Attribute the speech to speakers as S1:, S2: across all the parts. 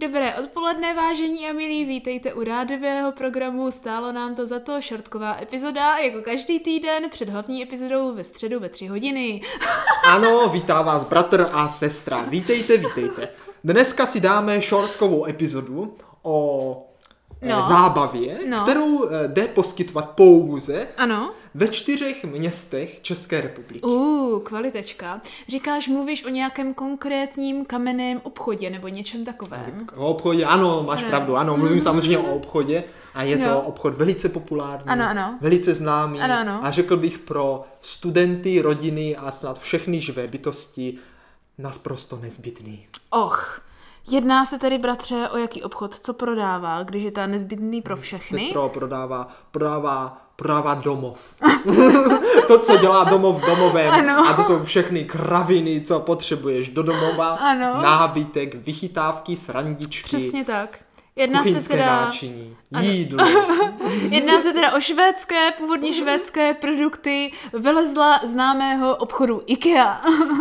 S1: Dobré odpoledne, vážení a milí, vítejte u rádivého programu Stálo nám to za to, šortková epizoda, jako každý týden před hlavní epizodou ve středu ve tři hodiny.
S2: Ano, vítá vás bratr a sestra. Vítejte, vítejte. Dneska si dáme šortkovou epizodu o
S1: No.
S2: no. zábavě,
S1: No.
S2: no. kterou eh, jde poskytovat pouze
S1: Ano?
S2: ve čtyřech městech České republiky.
S1: Uh, kvalitečka. Říkáš, mluvíš o nějakém konkrétním kamenném obchodě nebo něčem takovém.
S2: O obchodě, ano, máš
S1: Ano. Mhm.
S2: ano. pravdu, ano, mluvím samozřejmě o obchodě a je
S1: No.
S2: to obchod velice populární,
S1: Ano, ano.
S2: velice známý
S1: Ano, ano.
S2: a řekl bych pro studenty, rodiny a snad všechny živé bytosti naprosto nezbytný.
S1: Och, jedná se tedy, bratře, o jaký obchod, co prodává, když je ta nezbytný pro všechny?
S2: Sestro prodává, prodává, prodává domov. to, co dělá domov domovem.
S1: Ano.
S2: A to jsou všechny kraviny, co potřebuješ do domova.
S1: Ano.
S2: Nábytek, vychytávky, srandičky,
S1: Přesně tak. Jedná se
S2: kuchyňské
S1: teda...
S2: náčiní, jídlo.
S1: Jedná se teda o švédské, původně
S2: Mhm.
S1: švédské produkty vylezla známého obchodu IKEA.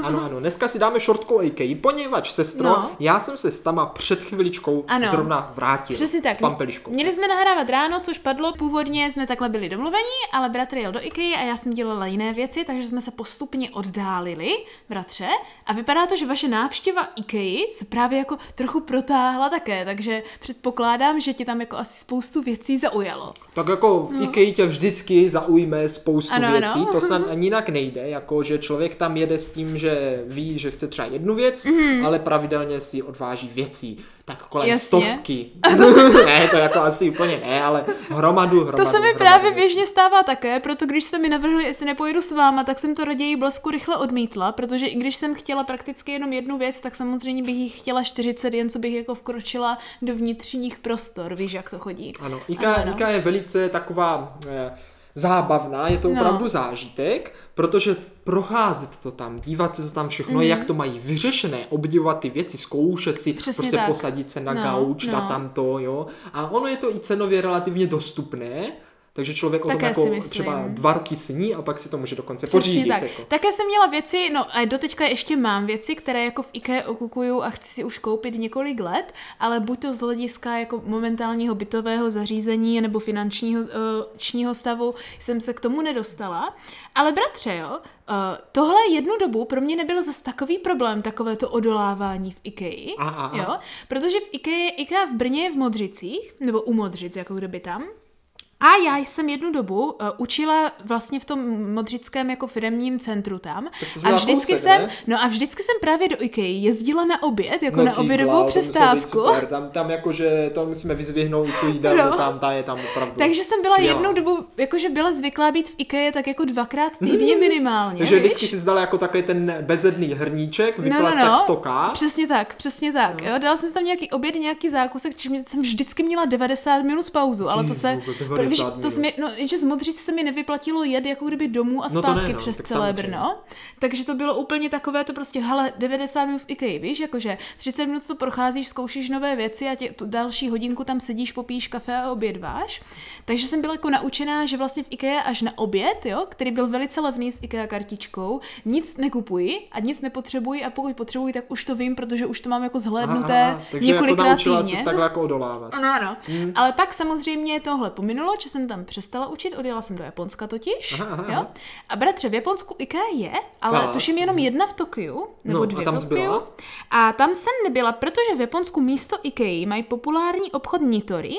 S2: Ano, ano, dneska si dáme šortku IKEA, poněvadž, sestro,
S1: No.
S2: já jsem se s tama před chviličkou
S1: Ano.
S2: zrovna vrátil.
S1: Přesně tak.
S2: S pampeliškou.
S1: Měli jsme nahrávat ráno, což padlo. Původně jsme takhle byli domluveni, ale bratr jel do IKEA a já jsem dělala jiné věci, takže jsme se postupně oddálili, bratře. A vypadá to, že vaše návštěva IKEA se právě jako trochu protáhla také, takže předpokládám, že ti tam jako asi spoustu věcí zaujalo.
S2: Tak jako v IKEA tě vždycky zaujme spoustu
S1: No. Ano,
S2: ano,
S1: ano.
S2: věcí, to snad ani jinak nejde, jako že člověk tam jede s tím, že ví, že chce třeba jednu věc, mm. ale pravidelně si odváží věcí. Tak kolem
S1: Mhm. Jasně.
S2: Jasně. stovky. ne, to jako asi úplně ne, ale hromadu, hromadu.
S1: To se mi
S2: hromadu
S1: právě
S2: věcí.
S1: běžně stává také, proto když se mi navrhli, jestli nepojedu s váma, tak jsem to raději blesku rychle odmítla, protože i když jsem chtěla prakticky jenom jednu věc, tak samozřejmě bych jich chtěla 40, jen co bych jako vkročila do vnitřních prostor, víš, jak to chodí.
S2: Ano, IKEA,
S1: Ano,
S2: ano,
S1: ano.
S2: ano. IKEA je velice taková eh, zábavná, je to
S1: No.
S2: opravdu zážitek, protože procházet to tam, dívat se, co tam všechno je, jak to mají vyřešené, obdivovat ty věci, zkoušet si,
S1: Mhm. Přesně
S2: prostě
S1: tak.
S2: posadit se na
S1: No,
S2: no, gauč, no. na
S1: no.
S2: tamto, jo. A ono je to i cenově relativně dostupné, takže člověk o tom
S1: Také si
S2: jako
S1: myslím.
S2: třeba dva roky sní a pak si to může dokonce
S1: Přesně
S2: pořídit.
S1: tak.
S2: Jako.
S1: Také jsem měla věci, no a doteďka ještě mám věci, které jako v IKEA okukuju a chci si už koupit několik let, ale buď to z hlediska jako momentálního bytového zařízení nebo finančního eh, čního stavu jsem se k tomu nedostala. Ale bratře, jo, eh, tohle jednu dobu pro mě nebyl zas takový problém, takové to odolávání v IKEA.
S2: A, a, a.
S1: Jo, protože v IKEA, IKEA v Brně je v Modřicích, nebo u Modřic, jako kdyby tam, a já jsem jednu dobu uh, učila vlastně v tom modřickém jako firemním centru tam.
S2: to jsi
S1: A
S2: byla
S1: vždycky
S2: kousek,
S1: jsem,
S2: ne? No
S1: no a vždycky jsem právě do IKEA jezdila na oběd, jako na
S2: ty
S1: obědovou
S2: bláho, to muselo být
S1: přestávku.
S2: Super. Tam, tam jakože to musíme vyzvihnout tu jídelnu,
S1: No.
S2: no. tam ta je tam opravdu
S1: Takže jsem byla
S2: skvělá.
S1: jednou dobu, jakože byla zvyklá být v IKEA tak jako dvakrát týdně minimálně.
S2: Hmm. Takže
S1: víš?
S2: vždycky si zdala jako takový ten bezedný hrníček,
S1: No,
S2: vypila
S1: no,
S2: no,
S1: no.
S2: tak stoká.
S1: Přesně tak, přesně tak. No. Jo, dala jsem si tam nějaký oběd, nějaký zákusek, čím jsem vždycky měla 90 minut pauzu, ale to se...
S2: vole,
S1: pro-
S2: 90
S1: víš, to
S2: minut.
S1: se mi, no, že z Modřic se mi nevyplatilo jet jako kdyby domů a
S2: No to
S1: zpátky
S2: ne, no,
S1: přes
S2: tak
S1: celé
S2: samozřejmě.
S1: Brno. Takže to bylo úplně takové to prostě, hele, 90 minut v IKEA, víš, jakože 30 minut to procházíš, zkoušíš nové věci a tě, tu další hodinku tam sedíš, popíš kafe a obědváš. Takže jsem byla jako naučená, že vlastně v IKEA až na oběd, jo, který byl velice levný s IKEA kartičkou, nic nekupuji a nic nepotřebuji a pokud potřebuji, tak už to vím, protože už to mám jako zhlédnuté
S2: takže jako
S1: několikrát
S2: naučila
S1: týdně.
S2: jsi takhle jako odolávat.
S1: Ano, ano.
S2: Mhm.
S1: Hmm. Ale pak samozřejmě tohle pominulo, že jsem tam přestala učit, odjela jsem do Japonska totiž.
S2: Aha, aha,
S1: Jo?
S2: aha.
S1: A bratře, v Japonsku IKEA je, ale
S2: Fakt? Mhm.
S1: tuším jenom jedna v Tokiu, nebo
S2: No, a
S1: dvě
S2: tam
S1: v
S2: jsi
S1: Tokiu.
S2: byla?
S1: A tam jsem nebyla, protože v Japonsku místo IKEA mají populární obchod Nitori,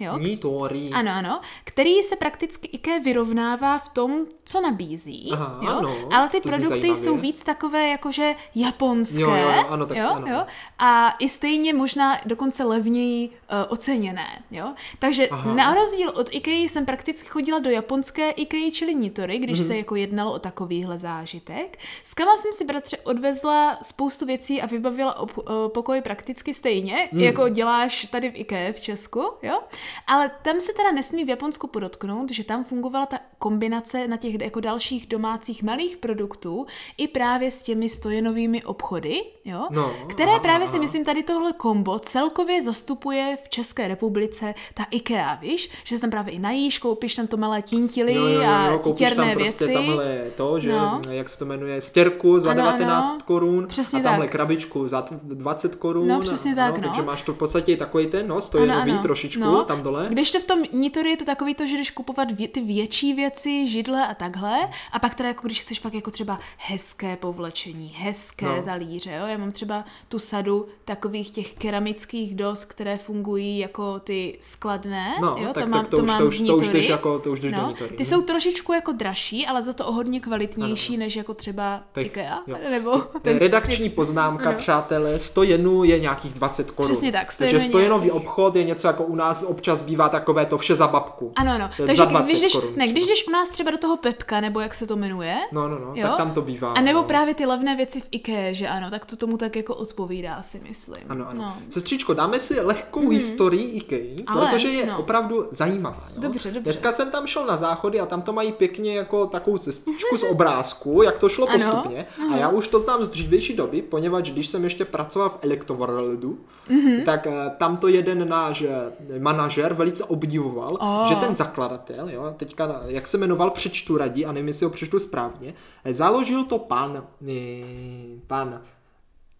S1: jo,
S2: Nitori.
S1: ano, ano, který se prakticky IKEA vyrovnává v tom, co nabízí,
S2: Aha,
S1: jo?
S2: ano,
S1: ale ty
S2: to zní
S1: produkty
S2: zajímavě.
S1: jsou víc takové jakože japonské,
S2: Jo, jo, ano, tak
S1: jo,
S2: ano.
S1: jo, a i stejně možná dokonce levněji uh, oceněné, jo. Takže Aha.
S2: Aha.
S1: na rozdíl od IKEA jsem prakticky chodila do japonské IKEA, čili Nitory, když mm-hmm. se jako jednalo o takovýhle zážitek. S kama jsem si bratře odvezla spoustu věcí a vybavila op- eh, pokoj prakticky stejně, mm. jako děláš tady v IKEA v Česku, jo. Ale tam se teda nesmí v Japonsku podotknout, že tam fungovala ta kombinace na těch jako dalších domácích malých produktů i právě s těmi stojenovými obchody, jo?
S2: No,
S1: které
S2: aha,
S1: právě si
S2: aha.
S1: myslím tady tohle kombo celkově zastupuje v České republice ta IKEA, víš? Že se tam právě i najíš, koupíš tam to malé tintily
S2: Jo, jo, jo,
S1: a
S2: jo, koupíš tam
S1: titěrné
S2: prostě
S1: věci.
S2: tamhle to, že
S1: No.
S2: jak se to jmenuje, stěrku za
S1: Ano, ano.
S2: 19 korun
S1: Přesně
S2: a tamhle
S1: tak.
S2: krabičku za 20 korun.
S1: No, přesně tak, no.
S2: Takže máš to v podstatě takový ten, no, stojenový trošičku tam dole.
S1: Když to v tom Nitory je to takový to, že jdeš kupovat vě- ty větší věci, židle a takhle, a pak teda jako když chceš fakt jako třeba hezké povlečení, hezké
S2: No.
S1: no. talíře, jo? Já mám třeba tu sadu takových těch keramických dos, které fungují jako ty skladné,
S2: No,
S1: jo?
S2: tak-
S1: to
S2: tak
S1: mám,
S2: to
S1: to
S2: už-
S1: mám
S2: to už-
S1: z
S2: to už jdeš
S1: Nitory.
S2: jako- to už jdeš do
S1: no.
S2: Nitory,
S1: Ty
S2: mhm.
S1: jsou trošičku jako dražší, ale za to o hodně kvalitnější, než jako třeba
S2: Ano,
S1: IKEA,
S2: jo.
S1: nebo ten
S2: Redakční poznámka, přátelé, 100 jenů je nějakých 20 korun.
S1: Přesně tak, 100
S2: Takže
S1: jenů je
S2: 100 jenový
S1: nějakých-
S2: obchod je něco jako u nás občas bývá takové to vše za babku.
S1: Ano, no.
S2: To je
S1: Takže
S2: za 20
S1: když jdeš,
S2: korun.
S1: ne, když jdeš u nás třeba do toho Pepka, nebo jak se to jmenuje,
S2: No, no, no,
S1: Jo?
S2: tak tam to bývá.
S1: a nebo
S2: no.
S1: právě ty levné věci v IKEA, že ano, tak to tomu tak jako odpovídá, si myslím.
S2: Ano, ano.
S1: No. Mhm.
S2: Sestřičko, dáme si lehkou historii IKEA,
S1: Ale,
S2: protože je
S1: no.
S2: opravdu zajímavá. Jo?
S1: Dobře, dobře.
S2: Dneska jsem tam šel na záchody a tam to mají pěkně jako takovou cestičku z obrázku, jak to šlo
S1: Ano.
S2: postupně. A já už to znám z dřívější doby, poněvadž když jsem ještě pracoval v Electroworldu,
S1: Mhm.
S2: tak eh, tam to jeden náš eh, manažer velice obdivoval,
S1: Oh.
S2: že ten zakladatel, jo, teďka, na- jak se jmenoval, přečtu radí, a nevím, jestli ho přečtu správně, eh, založil to pan, eh, pan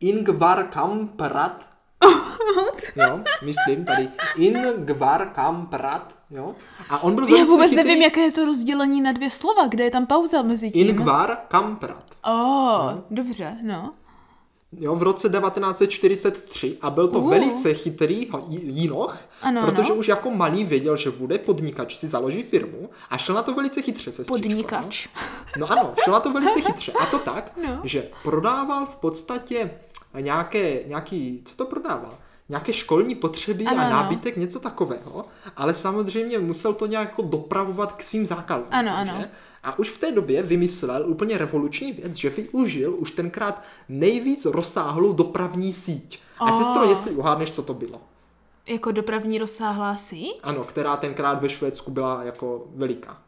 S2: Ingvar Kamprad, jo, myslím tady, Ingvar Kamprad, jo, a on byl
S1: Já
S2: velice
S1: vůbec
S2: chytrý.
S1: nevím, jaké je to rozdělení na dvě slova, kde je tam pauza mezi tím.
S2: Ingvar Kamprad,
S1: Oh, dobře, no.
S2: jo, v roce 1943 a byl to
S1: Uh.
S2: velice chytrý ho- j- jinoch,
S1: Ano,
S2: protože
S1: ano.
S2: už jako malý věděl, že bude podnikač, si založí firmu a šel na to velice chytře, sestřičko. no.
S1: Podnikač.
S2: No ano, šel na to velice chytře. A to tak,
S1: No.
S2: že prodával v podstatě nějaké, nějaký, co to prodával? Nějaké školní potřeby
S1: Ano,
S2: a
S1: ano.
S2: nábytek, něco takového, ale samozřejmě musel to nějak jako dopravovat k svým zákazníkům.
S1: Ano, ano.
S2: Že? A už v té době vymyslel úplně revoluční věc, že využil už tenkrát nejvíc rozsáhlou dopravní síť. A
S1: Oh.
S2: sestro, jestli uhádneš, co to bylo?
S1: Jako dopravní rozsáhlá síť?
S2: Ano, která tenkrát ve Švédsku byla jako veliká.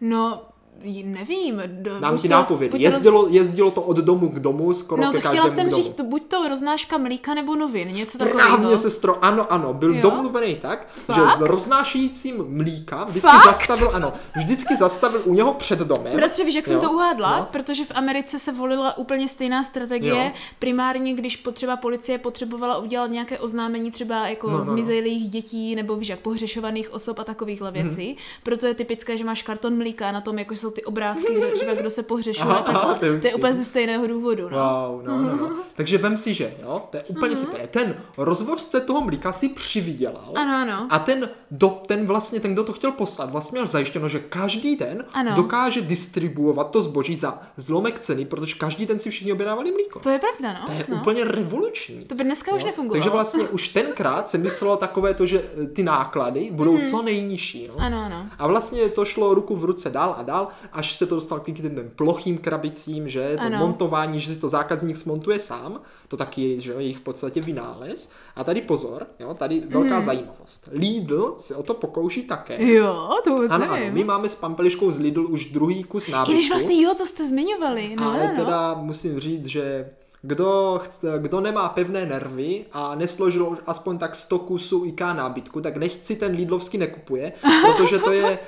S1: No, j- nevím. Do,
S2: Dám
S1: buď
S2: ti
S1: to-
S2: nápovědu.
S1: buď to roz-
S2: Jezdilo, jezdilo to od domu k domu, skoro
S1: No,
S2: ke
S1: to
S2: každému
S1: chtěla jsem
S2: domu.
S1: říct, to, buď to roznáška mlíka nebo novin, něco
S2: Správně,
S1: takového.
S2: sestro, ano, ano, byl
S1: Jo?
S2: domluvený tak,
S1: Fakt?
S2: že s roznášejícím mlíka vždycky
S1: Fakt?
S2: zastavil, ano, vždycky zastavil u něho před domem.
S1: Bratře, víš, jak jsem
S2: Jo,
S1: to uhádla?
S2: no.
S1: No. Protože v Americe se volila úplně stejná strategie.
S2: Jo.
S1: Jo. Primárně, když potřeba policie potřebovala udělat nějaké oznámení třeba jako
S2: No,
S1: no,
S2: no, no.
S1: no, zmizelých dětí nebo víš, jak pohřešovaných osob a takovýchhle
S2: Mhm.
S1: věcí. Hmm. Proto je typické, že máš karton mlíka na tom, jako jsou ty obrázky, kde třeba kdo se pohřešuje.
S2: Aha,
S1: Aha,
S2: aha,
S1: takhle.
S2: to je
S1: to je
S2: hustý.
S1: úplně ze stejného důvodu. No.
S2: Wow, no, no, no. Takže vem si, že jo, to je úplně
S1: Mhm.
S2: chytré. Ten rozvozce toho mlíka si přivydělal.
S1: Ano, ano.
S2: A ten, do, ten vlastně, ten, kdo to chtěl poslat, vlastně měl zajištěno, že každý den
S1: Ano.
S2: dokáže distribuovat to zboží za zlomek ceny, protože každý den si všichni objednávali mlíko.
S1: To je pravda, no.
S2: To je
S1: no.
S2: úplně revoluční.
S1: To by dneska už
S2: Jo,
S1: nefungovalo.
S2: Takže vlastně už tenkrát se myslelo takové to, že eh, ty náklady budou co nejnižší. No?
S1: Mhm. Ano, ano.
S2: A vlastně to šlo ruku v ruce dál a dál, až se to dostalo k těm- k těm plochým krabicím, že to ano.
S1: Ano.
S2: montování, že si to zákazník smontuje sám, to taky je že jo, jejich v podstatě vynález. A tady pozor, jo, tady velká
S1: Mhm.
S2: zajímavost. Lidl se o to pokouší také.
S1: Jo, to vůbec
S2: Ano, ano,
S1: nevím.
S2: my máme s Pampeliškou z Lidl už druhý kus nábytku.
S1: I když vlastně jo, to jste zmiňovali. No,
S2: Ale
S1: ano.
S2: teda musím říct, že kdo, chce, kdo nemá pevné nervy a nesložil už aspoň tak 100 kusů IK nábytku, tak nechť si ten Lidlovský nekupuje, protože to je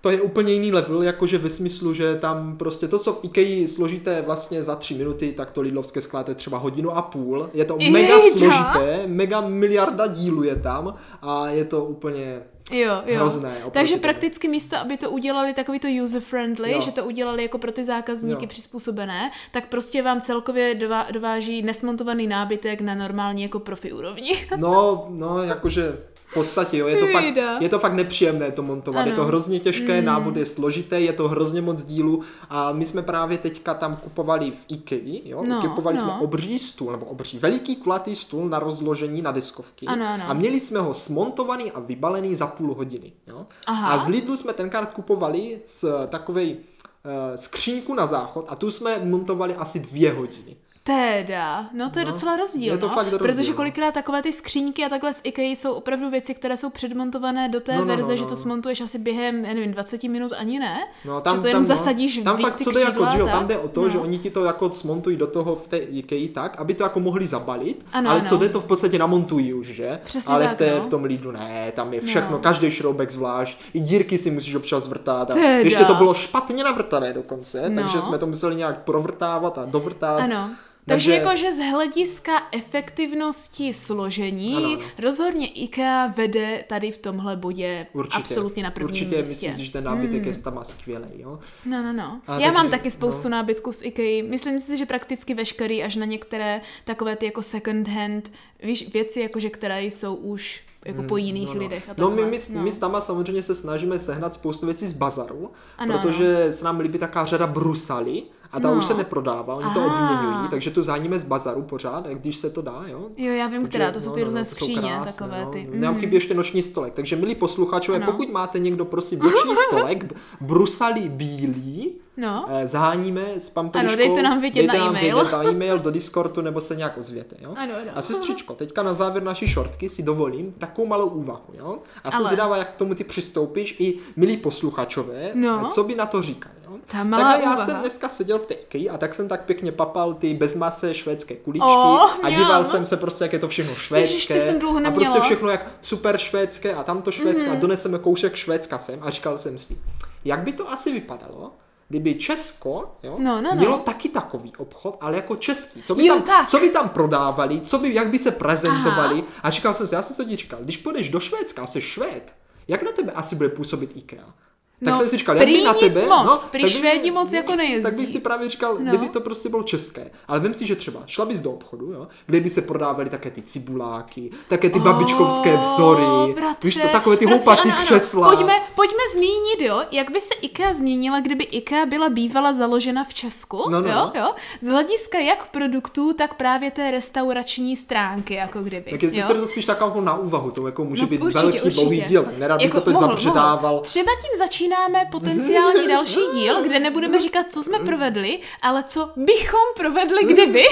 S2: to je úplně jiný level, jakože ve smyslu, že tam prostě to, co v IKEA složíte vlastně za tři minuty, tak to Lidlovské skláte třeba hodinu a půl. Je to
S1: Jejda.
S2: mega složité, mega miliarda dílů je tam a je to úplně
S1: Jo, jo.
S2: Hrozné, oproti
S1: Takže
S2: tomu.
S1: prakticky místo, aby to udělali takový to user-friendly,
S2: Jo.
S1: že to udělali jako pro ty zákazníky
S2: Jo.
S1: přizpůsobené, tak prostě vám celkově dová, dováží nesmontovaný nábytek na normální jako profi úrovni.
S2: No, no, jakože v podstatě, jo, je to fakt,
S1: Jejda.
S2: je to fakt nepříjemné to montovat, ano.
S1: Ano.
S2: je to hrozně těžké, mm. návod je složité, je to hrozně moc dílů a my jsme právě teďka tam kupovali v IKEA, jo, no,
S1: No,
S2: kupovali
S1: no.
S2: jsme obří stůl, nebo obří, veliký kulatý stůl na rozložení na deskovky
S1: Ano, ano.
S2: a měli jsme ho smontovaný a vybalený za půl hodiny, jo.
S1: Aha.
S2: A z Lidlu jsme tenkrát kupovali z takovej eh, skříňku na záchod a tu jsme montovali asi dvě hodiny.
S1: Teda, no to je
S2: No,
S1: no, docela rozdíl,
S2: je to
S1: no,
S2: fakt rozdíl,
S1: protože
S2: no.
S1: kolikrát takové ty skříňky a takhle z IKEA jsou opravdu věci, které jsou předmontované do té
S2: No,
S1: no,
S2: no, no,
S1: verze,
S2: no,
S1: že to
S2: no.
S1: smontuješ asi během, já nevím, 20 minut ani ne,
S2: No, tam,
S1: že to jenom
S2: tam, no,
S1: zasadíš
S2: Tam
S1: v
S2: fakt,
S1: ty
S2: co jde jako,
S1: křídla,
S2: že jo,
S1: tak?
S2: tam jde o to,
S1: no.
S2: že oni ti to jako smontují do toho v té IKEA tak, aby to jako mohli zabalit,
S1: Ano,
S2: ale
S1: ano.
S2: co jde, to v podstatě namontují už, že?
S1: Přesně
S2: ale v,
S1: tak,
S2: té,
S1: no.
S2: v tom Lidlu ne, tam je všechno,
S1: No.
S2: každý šroubek zvlášť, i dírky si musíš občas vrtat. A
S1: Teda.
S2: ještě to bylo špatně navrtané dokonce,
S1: No.
S2: takže jsme to museli nějak provrtávat a dovrtat.
S1: Ano.
S2: Takže-
S1: Takže, jako Takže jakože z hlediska efektivnosti složení
S2: Ano, ano.
S1: rozhodně IKEA vede tady v tomhle bodě
S2: Určitě,
S1: absolutně na prvním místě.
S2: určitě
S1: Hmm.
S2: myslím si, že ten nábytek je tam a skvělý, jo?
S1: No, no, no.
S2: A
S1: A Já
S2: taky-
S1: mám taky spoustu
S2: no.
S1: no. nábytku z IKEA. Myslím si, že prakticky veškerý, až na některé takové ty jako second hand víš, věci, jakože které jsou už jako po jiných
S2: No, no.
S1: lidech. A
S2: no my,
S1: takhle.
S2: my, no. my s Tama samozřejmě se snažíme sehnat spoustu věcí z bazaru, ano,
S1: Ano,
S2: protože se nám líbí taká řada brusaly a ta no.
S1: No.
S2: už se neprodává, oni to
S1: Aha.
S2: obměňují, takže tu záníme z bazaru pořád, jak když se to dá, jo.
S1: Jo, já vím,
S2: Takže, no,
S1: která, Hm, to jsou ty různé
S2: to jsou
S1: skříně, takové ty.
S2: No. Nám
S1: Mm.
S2: chybí ještě noční stolek, takže milí posluchačové, ano.
S1: Ano.
S2: pokud máte někdo, prosím, noční stolek, b- brusalí bílý,
S1: No,
S2: eh, zaháníme s pampeliškou.
S1: Ano, dejte nám vědět
S2: dejte
S1: na
S2: nám
S1: e-mail.
S2: Vědět na e-mail do Discordu nebo se nějak ozvěte. Jo?
S1: Ano, ano.
S2: A sestřičko, teďka na závěr naší šortky si dovolím takovou malou úvahu. Jo? A jsem
S1: Ale.
S2: zvědavá, jak k tomu ty přistoupíš i milí posluchačové,
S1: No.
S2: co by na to říkali. Jo?
S1: Ta malá
S2: Takhle já
S1: úvaha.
S2: jsem dneska seděl v té IKEA a tak jsem tak pěkně papal ty bezmasé švédské kuličky
S1: O,
S2: a
S1: mňam.
S2: díval jsem se prostě, jak je to všechno švédské
S1: jsem dlouho
S2: a
S1: neměla.
S2: prostě všechno jak super švédské a tamto švédské
S1: Mhm.
S2: mm. a doneseme kousek Švédska sem a říkal jsem si, jak by to asi vypadalo, kdyby Česko jo,
S1: No, no, no.
S2: mělo taky takový obchod, ale jako český. Co by,
S1: Jo,
S2: tam,
S1: tak.
S2: co by tam prodávali, co by, jak by se prezentovali. Aha. A říkal jsem si, já jsem se ti říkal, když půjdeš do Švédska a jsi Švéd, jak na tebe asi bude působit IKEA? Tak
S1: No,
S2: jsem si říkal, jak
S1: prý
S2: by na
S1: nic
S2: tebe...
S1: moc,
S2: no,
S1: prý
S2: tak by-
S1: Švédi moc jako nejezdí.
S2: Tak bych si právě říkal, no.
S1: No.
S2: kdyby to prostě bylo české. Ale vím si, že třeba šla bys do obchodu, jo, kde by se prodávaly také ty cibuláky, také ty babičkovské
S1: O,
S2: vzory,
S1: bratře,
S2: víš to, takové ty
S1: bratře,
S2: houpací
S1: ano, ano.
S2: křesla.
S1: Pojďme, pojďme zmínit, jo, jak by se IKEA změnila, kdyby IKEA byla bývala založena v Česku,
S2: No, no.
S1: jo, jo, z hlediska jak produktů, tak právě té restaurační stránky, jako kdyby.
S2: Tak jestli
S1: jo.
S2: jste to spíš takovou na úvahu, to jako může
S1: No,
S2: být
S1: určitě,
S2: velký
S1: určitě. Jako
S2: dlouhý díl, tak nerad bych to teď
S1: mohl,
S2: zapředával.
S1: mohl. Třeba tím začínáme potenciální další díl, kde nebudeme říkat, co jsme provedli, ale co bychom provedli, kdyby.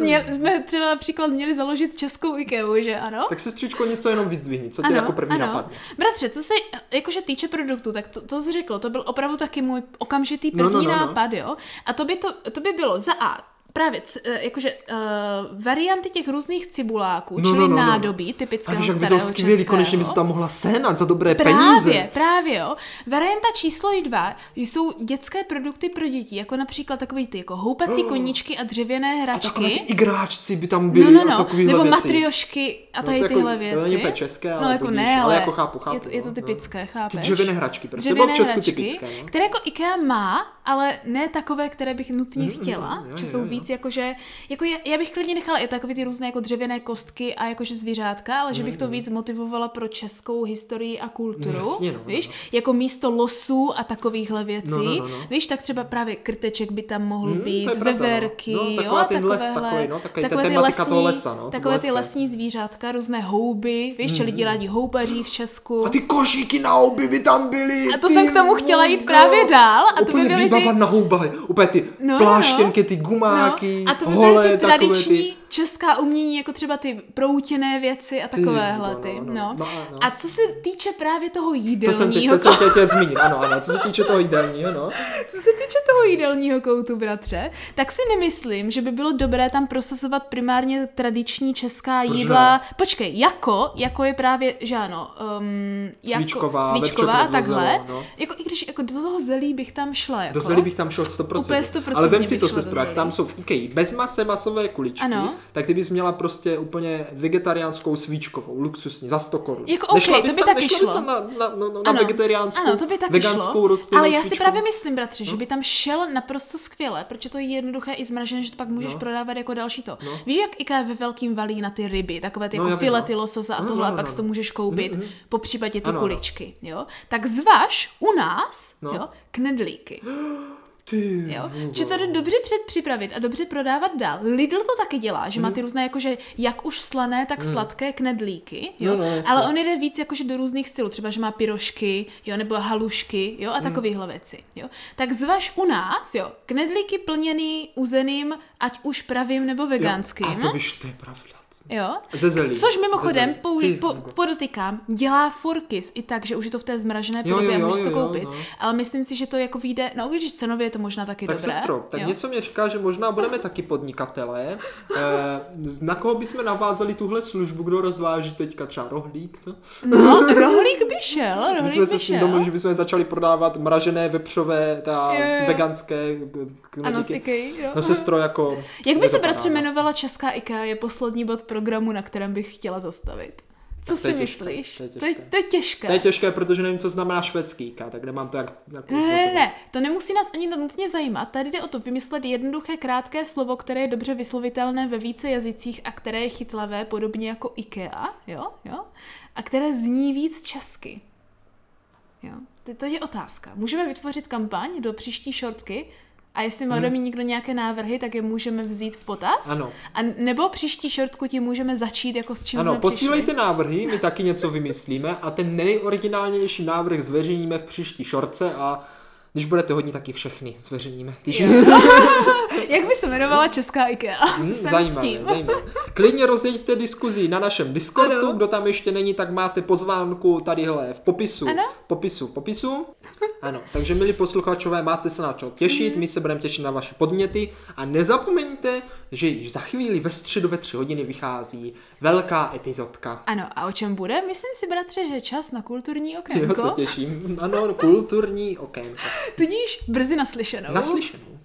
S1: Měl, jsme třeba například měli založit českou IKEA, že ano?
S2: Tak sestřičko, něco jenom vyzdvihni, co tě jako první napadne.
S1: Bratře, co se jakože týče produktů, tak to, to jsi řekl, to byl opravdu taky můj okamžitý
S2: No, no,
S1: první
S2: no, no.
S1: nápad, jo? A to by, to, to by bylo za A, Právě, c- eh, jakože uh, varianty těch různých cibuláků,
S2: No,
S1: čili
S2: no, no, no.
S1: nádobí
S2: A
S1: typického
S2: víš, jak by to
S1: starého
S2: skvělý, konečně by
S1: českého.
S2: se tam mohla sénat za dobré peníze.
S1: Právě, právě, jo. Varianta číslo dva jsou dětské produkty pro děti, jako například takový ty jako houpací koníčky a dřevěné
S2: A takové ty
S1: hračky.
S2: igráčci by tam
S1: No,
S2: byli
S1: no,
S2: a
S1: no.
S2: takovýhle
S1: Nebo
S2: věci.
S1: matriošky a
S2: No,
S1: tady
S2: to jako-
S1: tyhle
S2: to
S1: věci.
S2: není úplně české, ale
S1: no, jako
S2: budíš,
S1: ne,
S2: ale
S1: ale
S2: jako chápu, chápu,
S1: Je to, je to
S2: no, no.
S1: typické, no. chápeš?
S2: Ty dřevěné hračky, prostě to bylo
S1: Dřevěné
S2: v Česku
S1: hračky,
S2: typické. No?
S1: které jako IKEA má, ale ne takové, které bych nutně
S2: mm,
S1: chtěla,
S2: jo,
S1: že
S2: jo,
S1: jsou
S2: jo.
S1: víc jakože, jako já, já bych klidně nechala i takové ty různé jako dřevěné kostky a jakože zvířátka, ale že bych to víc motivovala pro českou historii a kulturu,
S2: No, jasně, no, no,
S1: víš,
S2: no.
S1: jako místo losů a takovýchhle věcí,
S2: No, no, no, no.
S1: víš, tak třeba právě krteček by tam mohl
S2: Mm, to je
S1: být,
S2: pravda, no.
S1: veverky,
S2: No,
S1: jo,
S2: taková ten les
S1: takovéhle-
S2: takový, no, takový ta
S1: takové ty
S2: tematika toho
S1: lesní-
S2: lesa, no, to
S1: takové
S2: bylo
S1: ty
S2: hezké.
S1: lesní zvířátka, různé houby, víš, že lidi rádi houbaří v Česku.
S2: A ty košíky na houby by tam byly.
S1: A to
S2: ty
S1: jsem k tomu chtěla jít právě dál, a to by
S2: no. úplně
S1: byly ty-
S2: výbava na houbách, úplně ty
S1: No, no,
S2: pláštěnky, ty
S1: No,
S2: gumáky,
S1: a to by
S2: hole,
S1: byly ty
S2: takové
S1: tradiční
S2: ty...
S1: česká umění, jako třeba ty proutěné věci a takovéhle
S2: vole,
S1: ty.
S2: no, no.
S1: No,
S2: No a- no.
S1: A co se týče právě toho
S2: To jsem teď,
S1: jídelního
S2: teď jsem tě chtěl zmínit, ano, ano, co se týče toho jídelního, no.
S1: Co se týče toho jídelního koutu, bratře, tak si nemyslím, že by bylo dobré tam prosazovat primárně tradiční česká
S2: Proč
S1: jídla. Počkej, jako, jako je právě, že ano, um, jako,
S2: Svíčková,
S1: svíčková
S2: vepřo
S1: a takhle.
S2: provozelo, no.
S1: Jako, I když jako do toho zelí bych tam šla. Jako.
S2: Do zelí bych tam šel 100%.
S1: Úplně 100%
S2: Ale vem
S1: bych
S2: si to,
S1: šla do
S2: sestro, jak
S1: zelí.
S2: tam jsou v IKEA bez mase masové kuličky,
S1: Ano.
S2: tak ty bys měla prostě úplně vegetariánskou svíčkovou, luxusní, za 100 korun.
S1: Jako
S2: OK,
S1: okej,
S2: nešla
S1: to
S2: bys
S1: by
S2: tam,
S1: taky
S2: nešla bys
S1: šlo.
S2: tam na, na, na, no, na
S1: Ano,
S2: vegetariánskou,
S1: ano, to by taky
S2: veganskou
S1: šlo.
S2: rostlinnou
S1: Ale já si
S2: svíčku?
S1: právě myslím, bratře,
S2: No.
S1: že by tam šel naprosto skvěle, protože to je jednoduché i zmražené, že to pak můžeš
S2: No.
S1: prodávat jako další to.
S2: No.
S1: Víš, jak IKEA ve velkým valí na ty ryby, takové ty
S2: No,
S1: jako
S2: já vím,
S1: filety
S2: no.
S1: lososa a
S2: No,
S1: tohle,
S2: no,
S1: a
S2: no,
S1: pak
S2: no.
S1: si to můžeš koupit, po případě ty
S2: Ano, ano.
S1: kuličky, jo? Tak zvaž u nás,
S2: No.
S1: jo, knedlíky.
S2: Ty
S1: Jo?
S2: vole.
S1: Že to jde dobře předpřipravit a dobře prodávat dál. Lidl to taky dělá, že má
S2: Mm.
S1: ty různé, jakože jak už slané, tak sladké knedlíky, jo?
S2: No, no, jasně.
S1: ale on jde víc jakože do různých stylů, třeba, že má pirošky, jo, nebo halušky, jo, a
S2: Mm.
S1: takovéhle věci, jo. Tak zvaž u nás, jo, knedlíky plněný uzeným, ať už pravým nebo
S2: Jo,
S1: veganským.
S2: A to víš, to je pravda.
S1: Jo?
S2: Ze zelí.
S1: no? Což
S2: Ze
S1: mimochodem,
S2: zelí.
S1: použi-
S2: Ty
S1: po,
S2: fungo.
S1: podotykám, dělá Forkis i tak, že už je to v té zmražené
S2: Jo,
S1: podobě
S2: jo,
S1: a
S2: jo,
S1: můžeš to
S2: jo, jo,
S1: koupit.
S2: no.
S1: Ale myslím si, že to jako vyjde, no i když cenově je to možná taky
S2: Tak
S1: dobré.
S2: sestro, tak
S1: jo?
S2: něco mě říká, že možná budeme taky podnikatelé. Eh, na koho bychom navázali tuhle službu, kdo rozváží teďka třeba rohlík, co?
S1: No, rohlík by šel,
S2: My
S1: rohlík
S2: jsme
S1: by
S2: se s tím
S1: šel.
S2: domluvili, že bychom začali prodávat mražené, vepřové, ta
S1: Jo, jo.
S2: veganské eh, k-
S1: Ano, s
S2: knedlíky.
S1: Ikei, jo.
S2: No sestro, jako...
S1: Jak by se,
S2: nedopadá,
S1: bratře,
S2: no.
S1: jmenovala Česká IKEA je poslední bod programu, na kterém bych chtěla zastavit. Co
S2: to je
S1: si
S2: těžké,
S1: myslíš?
S2: to je
S1: To je-
S2: těžké.
S1: to je těžké.
S2: To je těžké, protože nevím, co znamená švédský K, tak nemám to jak... jak
S1: Ne, ne, ne, ne, to nemusí nás ani nutně zajímat. Tady jde o to vymyslet jednoduché, krátké slovo, které je dobře vyslovitelné ve více jazycích a které je chytlavé, podobně jako IKEA, jo, jo, a které zní víc česky. Jo, to, to je otázka. Můžeme vytvořit kampaň do příští šortky a jestli má hmm. mít někdo nějaké návrhy, tak je můžeme vzít v potaz.
S2: Ano.
S1: A nebo příští šortku ti můžeme začít jako s čím
S2: Ano,
S1: jsme
S2: posílejte
S1: přišli.
S2: návrhy, my taky něco vymyslíme a ten nejoriginálnější návrh zveřejníme v příští šorce a když budete hodní, taky všechny zveřejníme. Když...
S1: Jak by se jmenovala Česká IKEA?
S2: Hm,
S1: Jsem s
S2: zajímavé,
S1: tím.
S2: zajímavé. Klidně rozjeďte diskuzi na našem Discordu,
S1: Ano.
S2: kdo tam ještě není, tak máte pozvánku tadyhle v popisu.
S1: Ano.
S2: Popisu, popisu. Ano, takže milí posluchačové, máte se na čo
S1: Mhm.
S2: těšit, my se budeme těšit na vaše podněty a nezapomeňte, že již za chvíli ve středu ve tři hodiny vychází velká epizodka.
S1: Ano, a o čem bude? Myslím si, bratře, že je čas na kulturní
S2: Já
S1: okénko.
S2: se těším. Ano, kulturní okénko.
S1: Tudíž brzy naslyšenou.
S2: Naslyšenou.